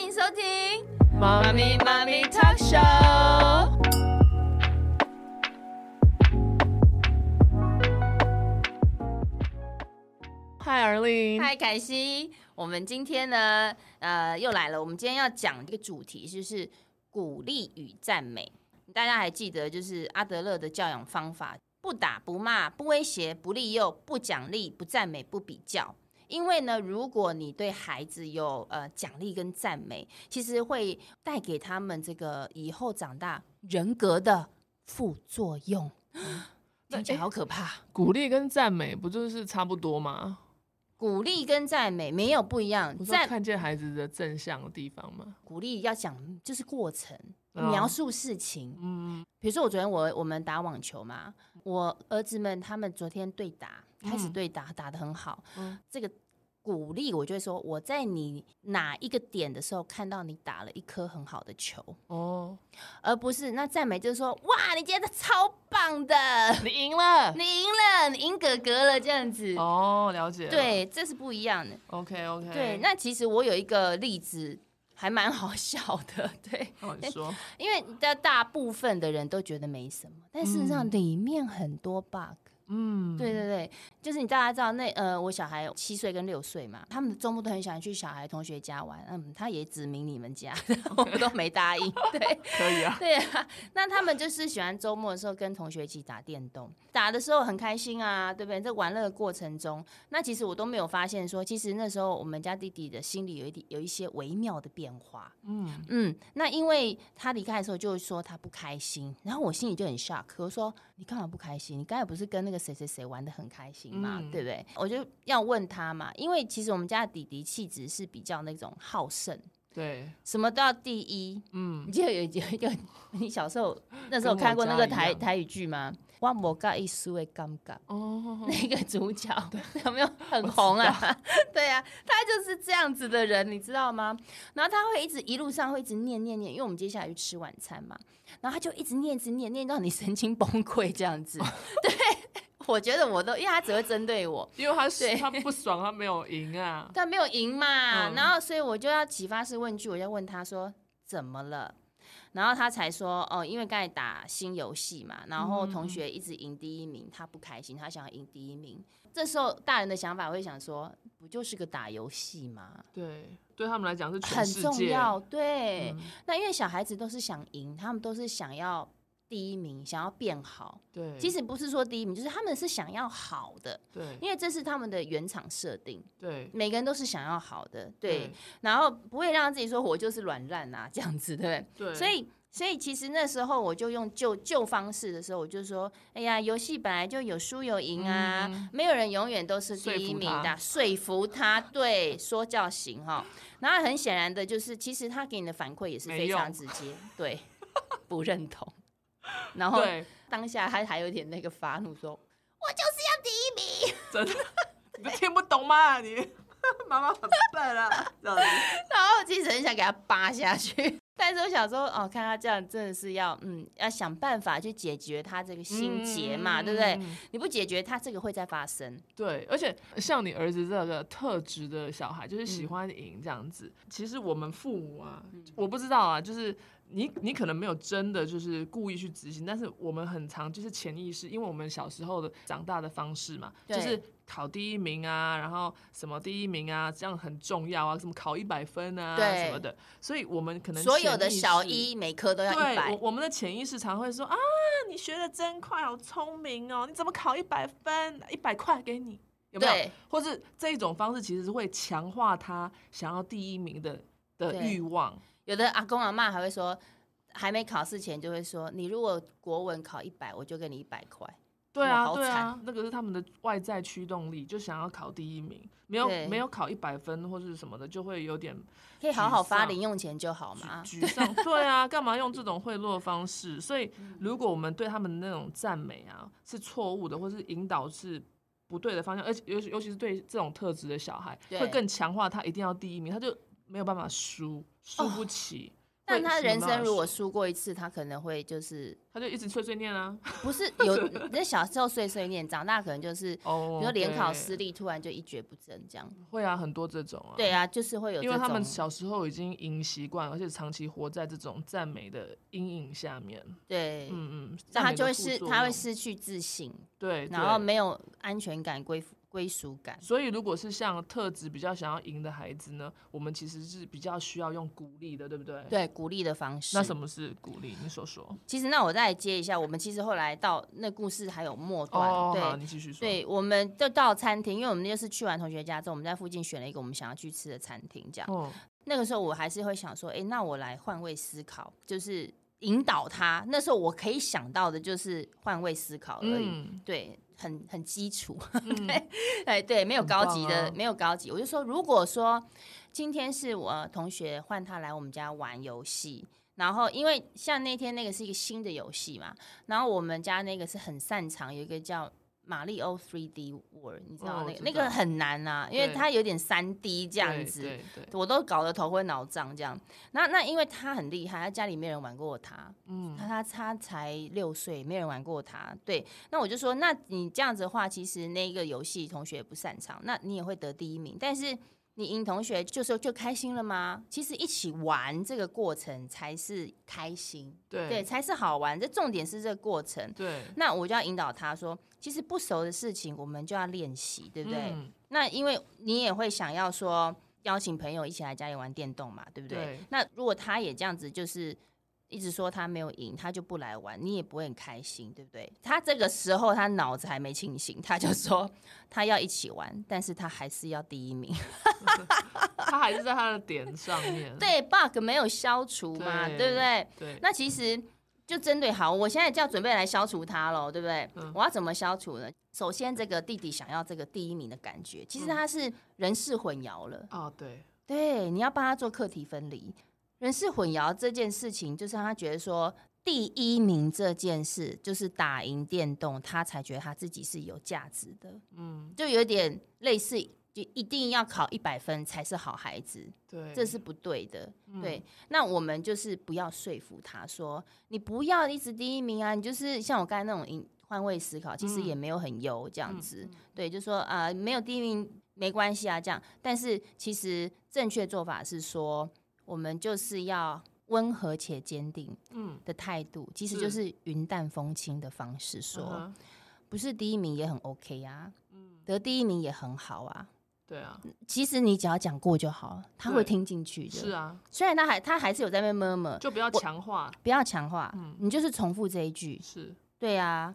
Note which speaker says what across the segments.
Speaker 1: 迎收听《
Speaker 2: 妈
Speaker 1: 妈咪妈咪 Talk Show》。
Speaker 2: 嗨，尔琳。
Speaker 1: 嗨，凯西，我们今天呢，呃，又来了。我们今天要讲一个主题，就是鼓励与赞美。大家还记得，就是阿德勒的教养方法：不打、不骂、不威胁、不利诱、不奖励、不赞美、不比较。因为呢，如果你对孩子有呃奖励跟赞美，其实会带给他们这个以后长大人格的副作用。听起来好可怕。
Speaker 2: 鼓励跟赞美不就是差不多吗？
Speaker 1: 鼓励跟赞美没有不一样，
Speaker 2: 不是
Speaker 1: 赞
Speaker 2: 看见孩子的正向的地方吗？
Speaker 1: 鼓励要讲就是过程，
Speaker 2: 哦
Speaker 1: 描述事情。
Speaker 2: 嗯，
Speaker 1: 比如说我昨天我我们打网球嘛，我儿子们他们昨天对打，开始
Speaker 2: 嗯
Speaker 1: 对打，打得很好。
Speaker 2: 嗯
Speaker 1: 这个鼓励我就会说，我在你哪一个点的时候看到你打了一颗很好的球，
Speaker 2: 哦，
Speaker 1: 而不是那赞美就是说，哇，你今天超棒的，
Speaker 2: 你赢了。
Speaker 1: 你赢了，你赢哥哥了这样子。
Speaker 2: 哦，了解了。
Speaker 1: 对，这是不一样的。
Speaker 2: ，OK OK。
Speaker 1: 对，那其实我有一个例子，还蛮好笑的。 对，
Speaker 2: 那 你说，
Speaker 1: 因为大大部分的人都觉得没什么，但事实上
Speaker 2: 嗯
Speaker 1: 里面很多 bug。
Speaker 2: 嗯，
Speaker 1: 对对对，就是你大家知道那呃，我小孩七岁跟六岁嘛，他们的周末都很喜欢去小孩同学家玩。嗯，他也指明你们家， 我们都没答 应。对，
Speaker 2: 可以啊。
Speaker 1: 对啊，那他们就是喜欢周末的时候跟同学一起打电动，打的时候很开心啊，对不对？在玩乐的过程中，那其实我都没有发现说，其实那时候我们家弟弟的心里有一点有一些微妙的变化。
Speaker 2: 嗯，
Speaker 1: 嗯，那因为他离开的时候就说他不开心，然后我心里就很 shock，我说你干嘛不开心？你刚才不是跟那个谁谁谁玩的很开心嘛，
Speaker 2: 嗯
Speaker 1: 对不对？我就要问他嘛，因为其实我们家的弟弟气质是比较那种好胜，
Speaker 2: 对，
Speaker 1: 什么都要第一，
Speaker 2: 嗯
Speaker 1: 你，记得有有有， 你小时候那时候看过那个
Speaker 2: 跟我家一
Speaker 1: 台
Speaker 2: 样
Speaker 1: 台语剧吗？哇，莫嘎一输的尴尬，
Speaker 2: 哦，
Speaker 1: 那个主角有没有很红啊？ 对啊，他就是这样子的人，你知道吗？然后他会一直一路上会一直念念念，因为我们接下来去吃晚餐嘛，然后他就一直念一直念念到你神经崩溃这样子。对，我觉得我都因为他只会针对我，
Speaker 2: 因为他
Speaker 1: 对
Speaker 2: 是他不爽，他没有 赢啊。
Speaker 1: 但没有赢嘛，
Speaker 2: 嗯
Speaker 1: 然后所以我就要启发式问句，我就问他说怎么了，然后他才说哦，因为刚才打新游戏嘛，然后
Speaker 2: 嗯
Speaker 1: 同学一直赢第一名，他不开心，他想要赢第一名。这时候大人的想法会想说，不就是个打游戏吗？
Speaker 2: 对，对他们来讲是全
Speaker 1: 很
Speaker 2: 世界。
Speaker 1: 重要，对。
Speaker 2: 嗯
Speaker 1: 那因为小孩子都是想赢，他们都是想要第一名，想要变好。
Speaker 2: 对，
Speaker 1: 其实不是说第一名，就是他们是想要好的，
Speaker 2: 对
Speaker 1: 因为这是他们的原厂设定，
Speaker 2: 对
Speaker 1: 每个人都是想要好的，对。然后不会让自己说我就是软烂啊这样子，对
Speaker 2: 对，
Speaker 1: 不对？所
Speaker 2: 以
Speaker 1: 以，所以其实那时候我就用旧旧方式的时候，我就说，哎呀，游戏本来就有输有赢啊，
Speaker 2: 嗯
Speaker 1: 没有人永远都是第
Speaker 2: 说
Speaker 1: 一
Speaker 2: 服
Speaker 1: 名
Speaker 2: 他
Speaker 1: 的，说服他，对，说教型哈。然后很显然的就是，其实他给你的反馈也是
Speaker 2: 没
Speaker 1: 非常
Speaker 2: 用
Speaker 1: 直接，对， 不认同。然后
Speaker 2: 对，
Speaker 1: 当下他还有点那个发怒说，
Speaker 2: 真的，你听不懂吗？你 妈妈很笨啊，这样子。
Speaker 1: 然后我其实很想给他扒下去， 但是我想说，哦，看他这样真的是要，嗯，要想办法去解决他这个心结嘛，对不对？
Speaker 2: 嗯？
Speaker 1: 你不解决，他这个会再发生。
Speaker 2: 对，而且像你儿子这个特质的小孩，就是
Speaker 1: 嗯
Speaker 2: 喜欢赢这样子。其实我们父母啊，我不知道啊，就是你你可能没有真的就是故意去执行，但是我们很常就是潜意识，因为我们小时候的长大的方式嘛，
Speaker 1: 对
Speaker 2: 就是考第一名啊，然后什么第一名啊，这样很重要啊，什么考一百分啊
Speaker 1: 对
Speaker 2: 什么的，所以我们可能
Speaker 1: 所有的
Speaker 2: 潜意识
Speaker 1: 小一每科都要一
Speaker 2: 对，我
Speaker 1: 百，
Speaker 2: 我们的潜意识常会说啊，你学的真快，好聪明哦，你怎么考一百分？一百块给你，有没有
Speaker 1: 对？
Speaker 2: 或是这一种方式其实是会强化他想要第一名的的
Speaker 1: 对
Speaker 2: 欲望。
Speaker 1: 有的阿公阿妈还会说，还没考试前就会说，你如果国文考一百，我就给你一百块。
Speaker 2: 对
Speaker 1: 哇
Speaker 2: 啊，
Speaker 1: 好
Speaker 2: 对啊，那个是他们的外在驱动力，就想要考第一名，没有
Speaker 1: 对
Speaker 2: 没有考一百分或是什么的，就会有点
Speaker 1: 可以好好
Speaker 2: 沮
Speaker 1: 发
Speaker 2: 丧
Speaker 1: 零用钱就好嘛。
Speaker 2: 沮丧。对啊，干嘛用这种贿赂的方式？所以，
Speaker 1: 嗯
Speaker 2: 如果我们对他们那种赞美啊是错误的，或是引导是不对的方向，而且尤其尤其是对这种特质的小孩，
Speaker 1: 对
Speaker 2: 会更强化他一定要第一名，他就没有办法输，输不起。会
Speaker 1: 哦但他
Speaker 2: 什么
Speaker 1: 人
Speaker 2: 都
Speaker 1: 生
Speaker 2: 要
Speaker 1: 如果
Speaker 2: 学
Speaker 1: 输过一次，他可能会就是
Speaker 2: 他就一直碎碎 念啊，
Speaker 1: 不是 有那小时候碎碎念，长大可能就是比
Speaker 2: 哦，
Speaker 1: 如说联考
Speaker 2: 对
Speaker 1: 失利，突然就一蹶不振这样。
Speaker 2: 会啊，很多这种啊，
Speaker 1: 对啊，就是会有
Speaker 2: 因为
Speaker 1: 这
Speaker 2: 他们
Speaker 1: 种
Speaker 2: 小时候已经赢习惯，而且长期活在这种赞美的阴影下面。
Speaker 1: 对，
Speaker 2: 嗯嗯，
Speaker 1: 那
Speaker 2: 赞
Speaker 1: 他
Speaker 2: 美
Speaker 1: 就会
Speaker 2: 的副
Speaker 1: 失
Speaker 2: 作
Speaker 1: 他会
Speaker 2: 用
Speaker 1: 失去自信，
Speaker 2: 对，
Speaker 1: 然后
Speaker 2: 对
Speaker 1: 没有安全感归属归属感。
Speaker 2: 所以，如果是像特质比较想要赢的孩子呢，我们其实是比较需要用鼓励的，对不对？。
Speaker 1: 对鼓励的方式，
Speaker 2: 那什么是鼓励？你说说。
Speaker 1: 其实那我再接一下，我们其实后来到那故事还有末段，
Speaker 2: 哦，好，
Speaker 1: 对
Speaker 2: 你继续说。，
Speaker 1: 对，我们就到餐厅，因为我们就是去完同学家之后，我们在附近选了一个我们想要去吃的餐厅，这样。
Speaker 2: 哦，
Speaker 1: 那个时候我还是会想说，哎、那我来换位思考，就是引导他。那时候我可以想到的就是换位思考而已，
Speaker 2: 嗯
Speaker 1: 对，很很基础，
Speaker 2: 嗯，
Speaker 1: 哎，对，没有高
Speaker 2: 棒
Speaker 1: 级的，
Speaker 2: 啊
Speaker 1: 没有高级。我就说，如果说今天是我同学换他来我们家玩游戏，然后因为像那天那个是一个新的游戏嘛，然后我们家那个是很擅长，有一个叫。马里奥 3D World，你知道
Speaker 2: 哦
Speaker 1: 那
Speaker 2: 我
Speaker 1: 个、
Speaker 2: 知
Speaker 1: 那个
Speaker 2: 道
Speaker 1: 很难啊，因为
Speaker 2: 对
Speaker 1: 它有点 3D 这样
Speaker 2: 对
Speaker 1: 子。
Speaker 2: 对对，
Speaker 1: 我都搞得头昏脑胀这样。那那因为他很厉害，他家里没人玩过他，
Speaker 2: 嗯
Speaker 1: 他他他才六岁，没人玩过他。对，那我就说，那你这样子的话，其实那个游戏同学也不擅长，那你也会得第一名，但是。你赢同学就说就开心了吗？其实一起玩这个过程才是开心，
Speaker 2: 对
Speaker 1: 对，才是好玩。这重点是这个过程。
Speaker 2: 对，
Speaker 1: 那我就要引导他说，其实不熟的事情我们就要练习，对不对？
Speaker 2: 嗯
Speaker 1: 那因为你也会想要说邀请朋友一起来家里玩电动嘛，对不对？
Speaker 2: 对
Speaker 1: 那如果他也这样子，就是一直说他没有赢，他就不来玩，你也不会很开心，对不对？他这个时候他脑子还没清醒，他就说他要一起玩，但是他还是要第一 名。
Speaker 2: 他还是在他的点上面。
Speaker 1: 对，bug 没有消除嘛，
Speaker 2: 对
Speaker 1: 对不对？
Speaker 2: 对，
Speaker 1: 那其实就针对好，我现在就要准备来消除它喽，对不对？
Speaker 2: 嗯
Speaker 1: 我要怎么消除呢？首先，这个弟弟想要这个第一名的感觉，
Speaker 2: 嗯
Speaker 1: 其实他是人事混淆了。
Speaker 2: 哦对，
Speaker 1: 对，你要帮他做课题分离。人事混淆这件事情，就是让他觉得说第一名这件事就是打赢电动，他才觉得他自己是有价值的，
Speaker 2: 嗯
Speaker 1: 就有点类似，就一定要考一百分才是好孩子，
Speaker 2: 对，
Speaker 1: 这是不对的。
Speaker 2: 嗯
Speaker 1: 对，那我们就是不要说服他说你不要一直第一名啊，你就是像我刚才那种引换位思考，其实
Speaker 2: 嗯
Speaker 1: 也没有很优这样
Speaker 2: 嗯
Speaker 1: 子。对，就说啊、呃没有第一名没关系啊，这样。但是其实正确做法是说，我们就是要温和且坚定
Speaker 2: 嗯，
Speaker 1: 的态度，其实就是是云淡风轻的方式说，
Speaker 2: 嗯哼
Speaker 1: 不是第一名也很 OK 啊，
Speaker 2: 嗯
Speaker 1: 得第一名也很好啊。
Speaker 2: 对啊，
Speaker 1: 其实你只要讲过就好了，他会
Speaker 2: 对
Speaker 1: 听进去的。
Speaker 2: 是啊，
Speaker 1: 虽然他还他还是有在那边 murmur，
Speaker 2: 就不要
Speaker 1: 我
Speaker 2: 强化，
Speaker 1: 不要强化，
Speaker 2: 嗯
Speaker 1: 你就是重复这一句，
Speaker 2: 是
Speaker 1: 对啊，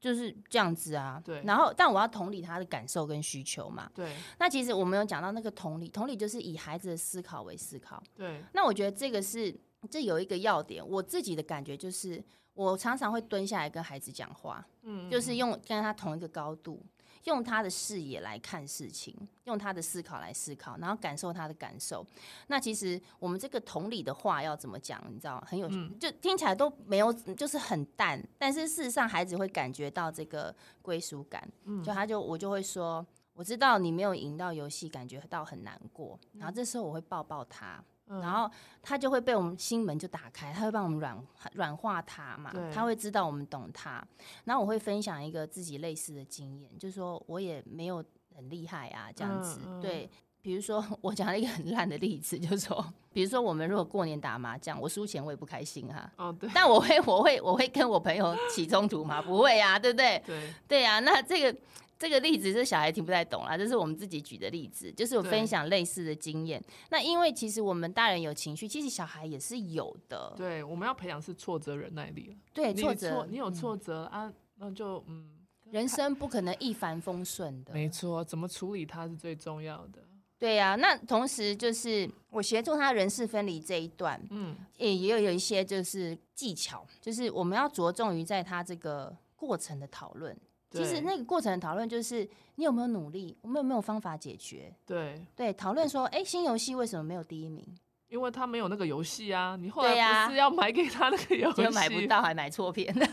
Speaker 1: 就是这样子啊。
Speaker 2: 对
Speaker 1: 然后但我要同理他的感受跟需求嘛。
Speaker 2: 对
Speaker 1: 那其实我们有讲到那个同理，同理就是以孩子的思考为思考。
Speaker 2: 对，
Speaker 1: 那我觉得这个是这有一个要点，我自己的感觉就是，我常常会蹲下来跟孩子讲话，
Speaker 2: 嗯
Speaker 1: 就是用跟他同一个高度。用他的视野来看事情，用他的思考来思考，然后感受他的感受。那其实我们这个同理的话要怎么讲？你知道，很有、
Speaker 2: 嗯
Speaker 1: 就听起来都没有，就是很淡。但是事实上，孩子会感觉到这个归属感。
Speaker 2: 嗯
Speaker 1: 就他就我就会说，我知道你没有赢到游戏，感觉到很难过。然后这时候我会抱抱他，
Speaker 2: 嗯
Speaker 1: 然后他就会被我们心门就打开，他会帮我们软软化他嘛
Speaker 2: 对，
Speaker 1: 他会知道我们懂他。然后我会分享一个自己类似的经验，就说我也没有很厉害啊，这样子、
Speaker 2: 嗯嗯
Speaker 1: 对。比如说， 我讲了一个很烂的例子，就是说，比如说我们如果过年打麻将，我输钱我也不开心哈、
Speaker 2: 哦对
Speaker 1: 但我会，我会，我会跟我朋友起冲突吗？不会啊，对不对？
Speaker 2: 对
Speaker 1: 对啊，那这个这个例子是小孩听不太懂啦，这是我们自己举的例子，就是我
Speaker 2: 对
Speaker 1: 分享类似的经验。那因为其实我们大人有情绪，其实小孩也是有的，
Speaker 2: 对，我们要培养是挫折忍耐力了，
Speaker 1: 对
Speaker 2: 你
Speaker 1: 挫
Speaker 2: 挫
Speaker 1: 折，
Speaker 2: 你有
Speaker 1: 嗯
Speaker 2: 挫折啊，那就嗯，
Speaker 1: 人生不可能一帆风顺的，
Speaker 2: 没错，怎么处理它是最重要的，
Speaker 1: 对呀、啊。那同时就是我协助他人事分离这一段，
Speaker 2: 嗯
Speaker 1: 也也有一些就是技巧，就是我们要着重于在他这个过程的讨论。其实
Speaker 2: 对
Speaker 1: 那个过程的讨论就是你有没有努力，我们有没有方法解决？
Speaker 2: 对，
Speaker 1: 对，讨论说，哎、新游戏为什么没有第一名？
Speaker 2: 因为他没有那个游戏啊，你后
Speaker 1: 对
Speaker 2: 来
Speaker 1: 呀
Speaker 2: 不是要买给他那个游戏，
Speaker 1: 就买不，到，还买错片。
Speaker 2: 呃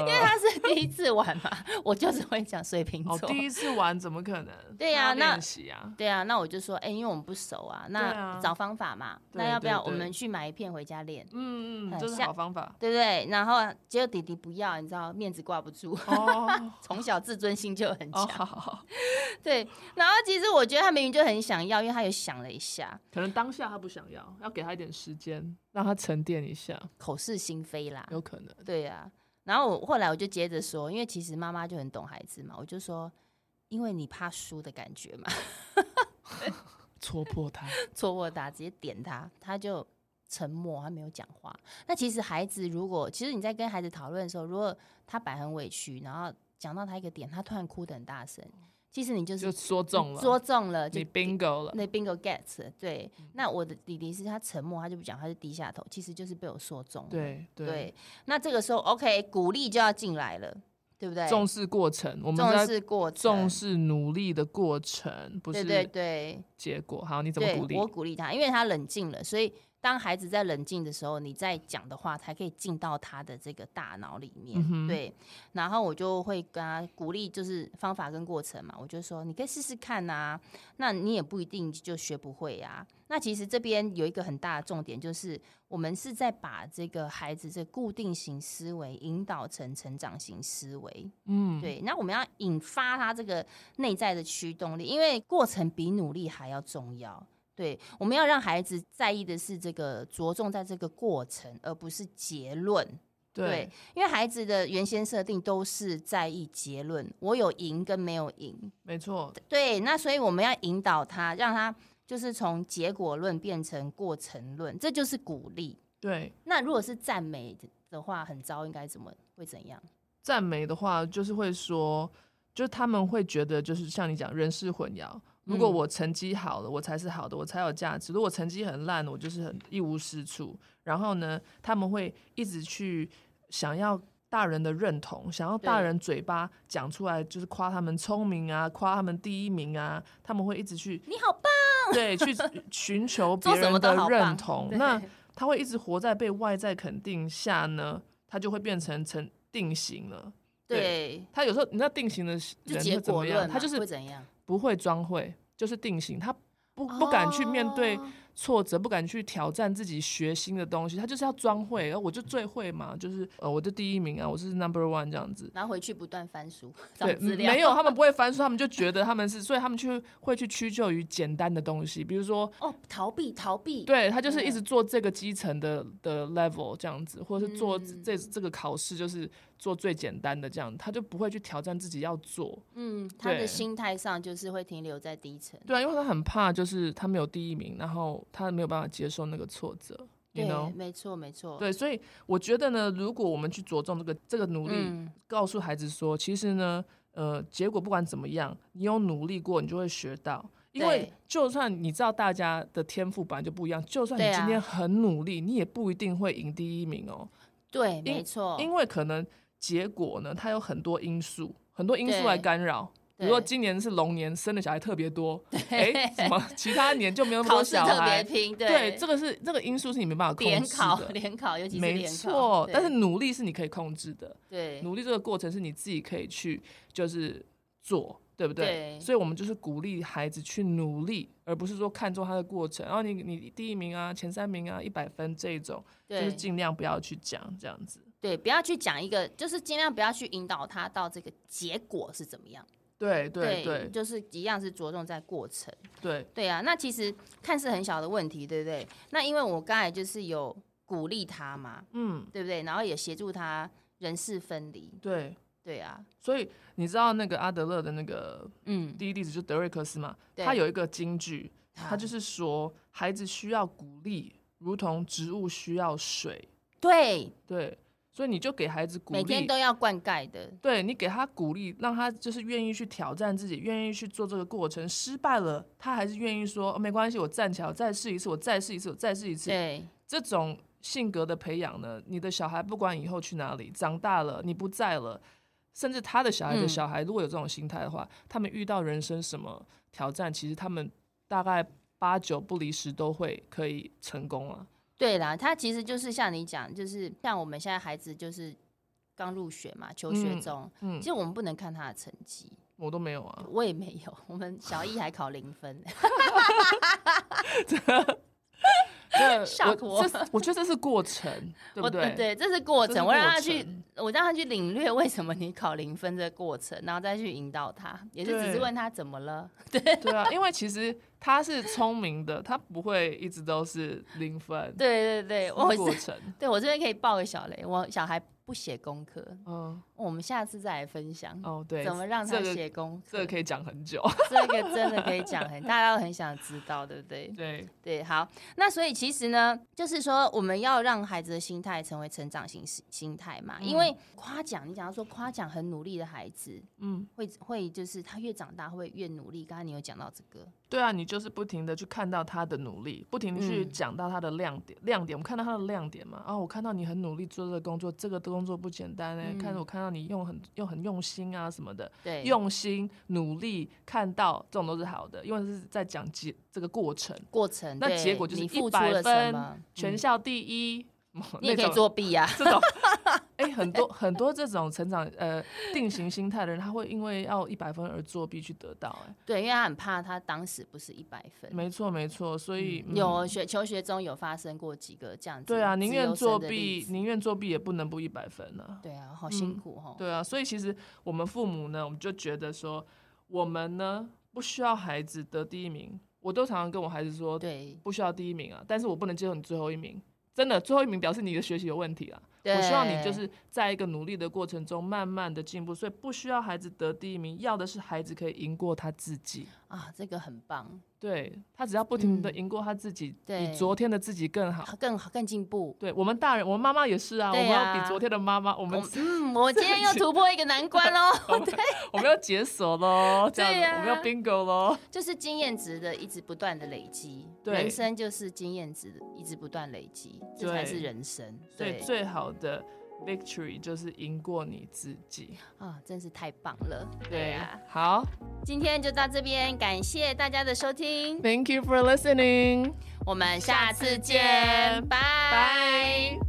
Speaker 1: 因 为他是第一次玩嘛，我就是会讲水瓶
Speaker 2: 哦，
Speaker 1: 座。
Speaker 2: 第一次玩怎么可能？
Speaker 1: 对呀
Speaker 2: 他
Speaker 1: 那
Speaker 2: 练习啊，
Speaker 1: 对啊，那我就说，哎、因为我们不熟啊，
Speaker 2: 对啊
Speaker 1: 那找方法嘛。
Speaker 2: 对
Speaker 1: 那要不要
Speaker 2: 对
Speaker 1: 我
Speaker 2: 对
Speaker 1: 们去买一片回家练，
Speaker 2: 嗯嗯，
Speaker 1: 很
Speaker 2: 这是
Speaker 1: 像
Speaker 2: 好 方法
Speaker 1: 对不对？然后结果弟弟不要，你知道，面子挂不住，
Speaker 2: 哦。
Speaker 1: 从小自尊心就很强。
Speaker 2: 哦，好好好，
Speaker 1: 对，然后其实我觉得他明明就很想要，因为他有想了一下，
Speaker 2: 可能当下他不想要，要给他一点时间，让他沉淀一下，
Speaker 1: 口是心非啦。
Speaker 2: 有可能。
Speaker 1: 对呀、然后我后来我就接着说，因为其实妈妈就很懂孩子嘛，我就说，因为你怕输的感觉嘛，
Speaker 2: 戳破他，
Speaker 1: 戳破他，直接点他，他就沉默，他没有讲话。那其实孩子如果，其实你在跟孩子讨论的时候，如果他摆很委屈，然后讲到他一个点，他突然哭得很大声，其实你就是
Speaker 2: 嗯就说中了，
Speaker 1: 捉中了，就
Speaker 2: 你 bingo 了，
Speaker 1: 那 bingo gets 了对，那我的弟弟是他沉默，他就不讲，他就低下头，其实就是被我说中了。
Speaker 2: 对对，
Speaker 1: 对，那这个时候 OK，鼓励就要进来了，对不对？
Speaker 2: 重视过程，我们
Speaker 1: 重
Speaker 2: 在
Speaker 1: 视过程，
Speaker 2: 重视努力的过程，不
Speaker 1: 嗯对对
Speaker 2: 是
Speaker 1: 对
Speaker 2: 结果。好，你怎么
Speaker 1: 对
Speaker 2: 鼓，励？嗯
Speaker 1: 我鼓励他，因为他冷静了，所以当孩子在冷静的时候，你在讲的话才可以进到他的这个大脑里面。
Speaker 2: 嗯哼
Speaker 1: 对，然后我就会跟他鼓励，就是方法跟过程嘛，我就说你可以试试看呐、那你也不一定就学不会啊。那其实这边有一个很大的重点，就是我们是在把这个孩子这固定型思维引导成成长型思维。
Speaker 2: 嗯，
Speaker 1: 对，那我们要引发他这个内在的驱动力，因为过程比努力还要重要。对，我们要让孩子在意的是这个，着重在这个过程，而不是结论。对
Speaker 2: 对，，
Speaker 1: 因为孩子的原先设定都是在意结论，我有赢跟没有赢。
Speaker 2: 没错，
Speaker 1: 对，那所以我们要引导他，让他就是从结果论变成过程论，这就是鼓励。
Speaker 2: 对。
Speaker 1: 那如果是赞美的话，很糟，应该怎么会怎样？
Speaker 2: 赞美的话，就是会说，就是他们会觉得，就是像你讲，人事混淆。如果
Speaker 1: 嗯
Speaker 2: 我成绩好了，我才是好的，我才有价值；如果成绩很烂，我就是很一无是处。然后呢，他们会一直去想要大人的认同，想要大
Speaker 1: 对
Speaker 2: 人嘴巴讲出来，就是夸他们聪明啊，夸他们第一名啊，他们会一直去
Speaker 1: 你好棒，
Speaker 2: 对去寻求别
Speaker 1: 做什
Speaker 2: 人
Speaker 1: 么都
Speaker 2: 的
Speaker 1: 好
Speaker 2: 认
Speaker 1: 棒。
Speaker 2: 同。
Speaker 1: 对
Speaker 2: 那他会一直活在被外在肯定下呢，他就会变成成定型了。
Speaker 1: 对，
Speaker 2: 他有时候你知道定型的
Speaker 1: 就
Speaker 2: 人
Speaker 1: 结
Speaker 2: 会怎
Speaker 1: 果
Speaker 2: 么样？
Speaker 1: 论嘛，啊
Speaker 2: 他就是
Speaker 1: 会怎样？
Speaker 2: 不会装会，就是定型，他不不敢去面对
Speaker 1: 哦
Speaker 2: 挫折，不敢去挑战自己学新的东西，他就是要装会，然后我就最会嘛，就是呃我就第一名啊，我是 number one 这样子。
Speaker 1: 然后回去不断翻书找
Speaker 2: 对，
Speaker 1: 资
Speaker 2: 嗯
Speaker 1: 料，
Speaker 2: 没有他们不会翻书，他们就觉得他们是，所以他们去会去屈就于简单的东西，比如说，
Speaker 1: 哦，逃避逃避，
Speaker 2: 对他就是
Speaker 1: 嗯
Speaker 2: 一直做这个基层的的 level 这样子，或者是做
Speaker 1: 嗯
Speaker 2: 这这个考试就是做最简单的这样，他就不会去挑战自己要做。
Speaker 1: 嗯，他
Speaker 2: 对
Speaker 1: 的心态上就是会停留在低层，
Speaker 2: 对啊，因为他很怕，就是他没有第一名，然后他没有办法接受那个挫折，你 you
Speaker 1: 对，
Speaker 2: know？
Speaker 1: 没错没错，
Speaker 2: 对，所以我觉得呢，如果我们去着重这个这个努力，
Speaker 1: 嗯，
Speaker 2: 告诉孩子说，其实呢，呃，结果不管怎么样，你有努力过，你就会学到。因为
Speaker 1: 对
Speaker 2: 就算你知道大家的天赋本来就不一样，就算你
Speaker 1: 对啊
Speaker 2: 今天很努力，你也不一定会赢第一名哦，
Speaker 1: 对，没错，
Speaker 2: 因为可能结果呢，它有很多因素，很多因素
Speaker 1: 对
Speaker 2: 来干扰。比
Speaker 1: 对
Speaker 2: 如说今年是龙年，生的小孩特别多，哎、什么其他年就没有那么多
Speaker 1: 考试
Speaker 2: 小
Speaker 1: 特别
Speaker 2: 孩。
Speaker 1: 拼，
Speaker 2: 这个是这个因素是你没办法控
Speaker 1: 联
Speaker 2: 制
Speaker 1: 考
Speaker 2: 的，
Speaker 1: 联考，尤其是
Speaker 2: 没
Speaker 1: 联考
Speaker 2: 错。
Speaker 1: 对
Speaker 2: 但是努力是你可以控制的，
Speaker 1: 对
Speaker 2: 努力这个过程是你自己可以去就是做，对不对？
Speaker 1: 对
Speaker 2: 所以我们就是鼓励孩子去努力，而不是说看重他的过程。然哦后你你第一名啊，前三名啊，一百分这一种，就是
Speaker 1: 对
Speaker 2: 尽量不要去讲这样子。
Speaker 1: 对，不要去讲一个，就是尽量不要去引导他到这个结果是怎么样，
Speaker 2: 对对对
Speaker 1: 就是一样是着重在过程。
Speaker 2: 对，
Speaker 1: 对啊，那其实看似很小的问题，对不对？那因为我刚才就是有鼓励他嘛，
Speaker 2: 嗯，
Speaker 1: 对不对？然后也协助他人事分离，
Speaker 2: 对。
Speaker 1: 对啊，
Speaker 2: 所以你知道那个阿德勒的那个
Speaker 1: 嗯，
Speaker 2: 第一例子就德瑞克斯嘛，
Speaker 1: 对
Speaker 2: 他有一个金句，
Speaker 1: 啊
Speaker 2: 他就是说孩子需要鼓励，如同植物需要水。
Speaker 1: 对，
Speaker 2: 对，所以你就给孩子鼓
Speaker 1: 每天
Speaker 2: 励，
Speaker 1: 都要灌溉的，
Speaker 2: 对你给他鼓励，让他就是愿意去挑战自己，愿意去做这个过程。失败了，他还是愿意说、哦没关系，我站起来，我再试一次，我再试一次，我再试一次。
Speaker 1: 对
Speaker 2: 这种性格的培养呢，你的小孩不管以后去哪里，长大了你不在了，甚至他的小孩的
Speaker 1: 嗯
Speaker 2: 小孩，如果有这种心态的话，他们遇到人生什么挑战，其实他们大概八九不离十都会可以成功啊。
Speaker 1: 对啦，他其实就是像你讲，就是像我们现在孩子就是刚入学嘛，求学
Speaker 2: 嗯
Speaker 1: 中，
Speaker 2: 嗯
Speaker 1: 其，实我们不能看他的成绩，
Speaker 2: 我都没有 啊，
Speaker 1: 我也没有，我们小一还考零分，
Speaker 2: 这
Speaker 1: 吓
Speaker 2: 我
Speaker 1: 我
Speaker 2: 这是我觉得这是过程，对不
Speaker 1: 我
Speaker 2: 对？
Speaker 1: 对，这是过
Speaker 2: 这
Speaker 1: 程，
Speaker 2: 是
Speaker 1: 我让
Speaker 2: 过
Speaker 1: 他去
Speaker 2: 程，
Speaker 1: 我让他去领略为什么你考零分这个过程，然后再去引导他，也是只是
Speaker 2: 对
Speaker 1: 问他怎么了，
Speaker 2: 对啊，因为其实他是聪明的，他不会一直都是零分。
Speaker 1: 对对 对，我
Speaker 2: 是过
Speaker 1: 是
Speaker 2: 程，
Speaker 1: 对我这边可以报个小雷，我小孩不写功课，
Speaker 2: 嗯，
Speaker 1: 我们下次再来分享。
Speaker 2: 哦，对，
Speaker 1: 怎么让他
Speaker 2: 这个
Speaker 1: 写功
Speaker 2: 这
Speaker 1: 课？
Speaker 2: 个可以讲很久。
Speaker 1: 这个真的可以讲很，大家都很想知道，对不对？
Speaker 2: 对，
Speaker 1: 对，好，那所以其实呢，就是说我们要让孩子的心态成为成长型心心态嘛，因
Speaker 2: 嗯
Speaker 1: 为夸奖，你讲到说夸奖很努力的孩子，
Speaker 2: 嗯，
Speaker 1: 会会就是他越长大会越努力。刚刚你有讲到这个，
Speaker 2: 对啊，你就是不停的去看到他的努力，不停的去
Speaker 1: 嗯
Speaker 2: 讲到他的亮点，亮点，我们看到他的亮点嘛。哦，我看到你很努力做这个工作，这个工作不简单哎、
Speaker 1: 嗯
Speaker 2: 看着我看到你用很用很用心啊什么的，
Speaker 1: 对，
Speaker 2: 用心努力，看到这种都是好的，因为是在讲结这个过程，
Speaker 1: 过程，
Speaker 2: 那
Speaker 1: 对
Speaker 2: 结果就是
Speaker 1: 你付出
Speaker 2: 100
Speaker 1: 了什
Speaker 2: 分
Speaker 1: 么，
Speaker 2: 全
Speaker 1: 嗯
Speaker 2: 校第一，
Speaker 1: 你也可
Speaker 2: 那
Speaker 1: 以
Speaker 2: 种
Speaker 1: 作弊啊 呀、
Speaker 2: 这种，哎、很多很多这种成长呃定型心态的人，他会因为要一百分而作弊去得到、哎，
Speaker 1: 对，因为他很怕他当时不是一百分。
Speaker 2: 没错没错，嗯所以、嗯
Speaker 1: 有学求学中有发生过几个这样子，
Speaker 2: 对啊，宁愿作弊，。宁愿作弊也不能不一百分呢、
Speaker 1: 对啊，好辛苦哦。
Speaker 2: 对啊，所以其实我们父母呢，我们就觉得说，我们呢不需要孩子得第一名，我都常常跟我孩子说，
Speaker 1: 对
Speaker 2: 不需要第一名啊，但是我不能接受你最后一名。真的，最后一名表示你的学习有问题啊！
Speaker 1: 对，
Speaker 2: 我希望你就是在一个努力的过程中，慢慢的进步，所以不需要孩子得第一名，要的是孩子可以赢过他自己。
Speaker 1: 啊，这个很棒，
Speaker 2: 对他只要不停的
Speaker 1: 嗯
Speaker 2: 赢过他自己，
Speaker 1: 对
Speaker 2: 比昨天的自己更好。
Speaker 1: 更好更进步。
Speaker 2: 对我们大人，我们妈妈也是啊，我
Speaker 1: 对
Speaker 2: 们要比
Speaker 1: 啊
Speaker 2: 昨天的妈妈，我
Speaker 1: 我
Speaker 2: 们
Speaker 1: 们嗯，我今 天又突破一个难关喽，
Speaker 2: 我们要解锁喽，这样
Speaker 1: 对
Speaker 2: 子
Speaker 1: 呀
Speaker 2: 我们要 bingo 喽。
Speaker 1: 就是经验值的一直不断的累积，
Speaker 2: 对
Speaker 1: 人生就是经验值的一直不断累积，这才是人生。
Speaker 2: 所以
Speaker 1: 对
Speaker 2: 最好的 victory 就是赢过你自己。
Speaker 1: 啊，真是太棒了。
Speaker 2: 对
Speaker 1: 啊，，
Speaker 2: 好
Speaker 1: 今天就到这边，感谢大家的收听，
Speaker 2: ，Thank you for listening，
Speaker 1: 我们下次
Speaker 2: 下次
Speaker 1: 见，
Speaker 2: 见
Speaker 1: 拜
Speaker 2: 拜。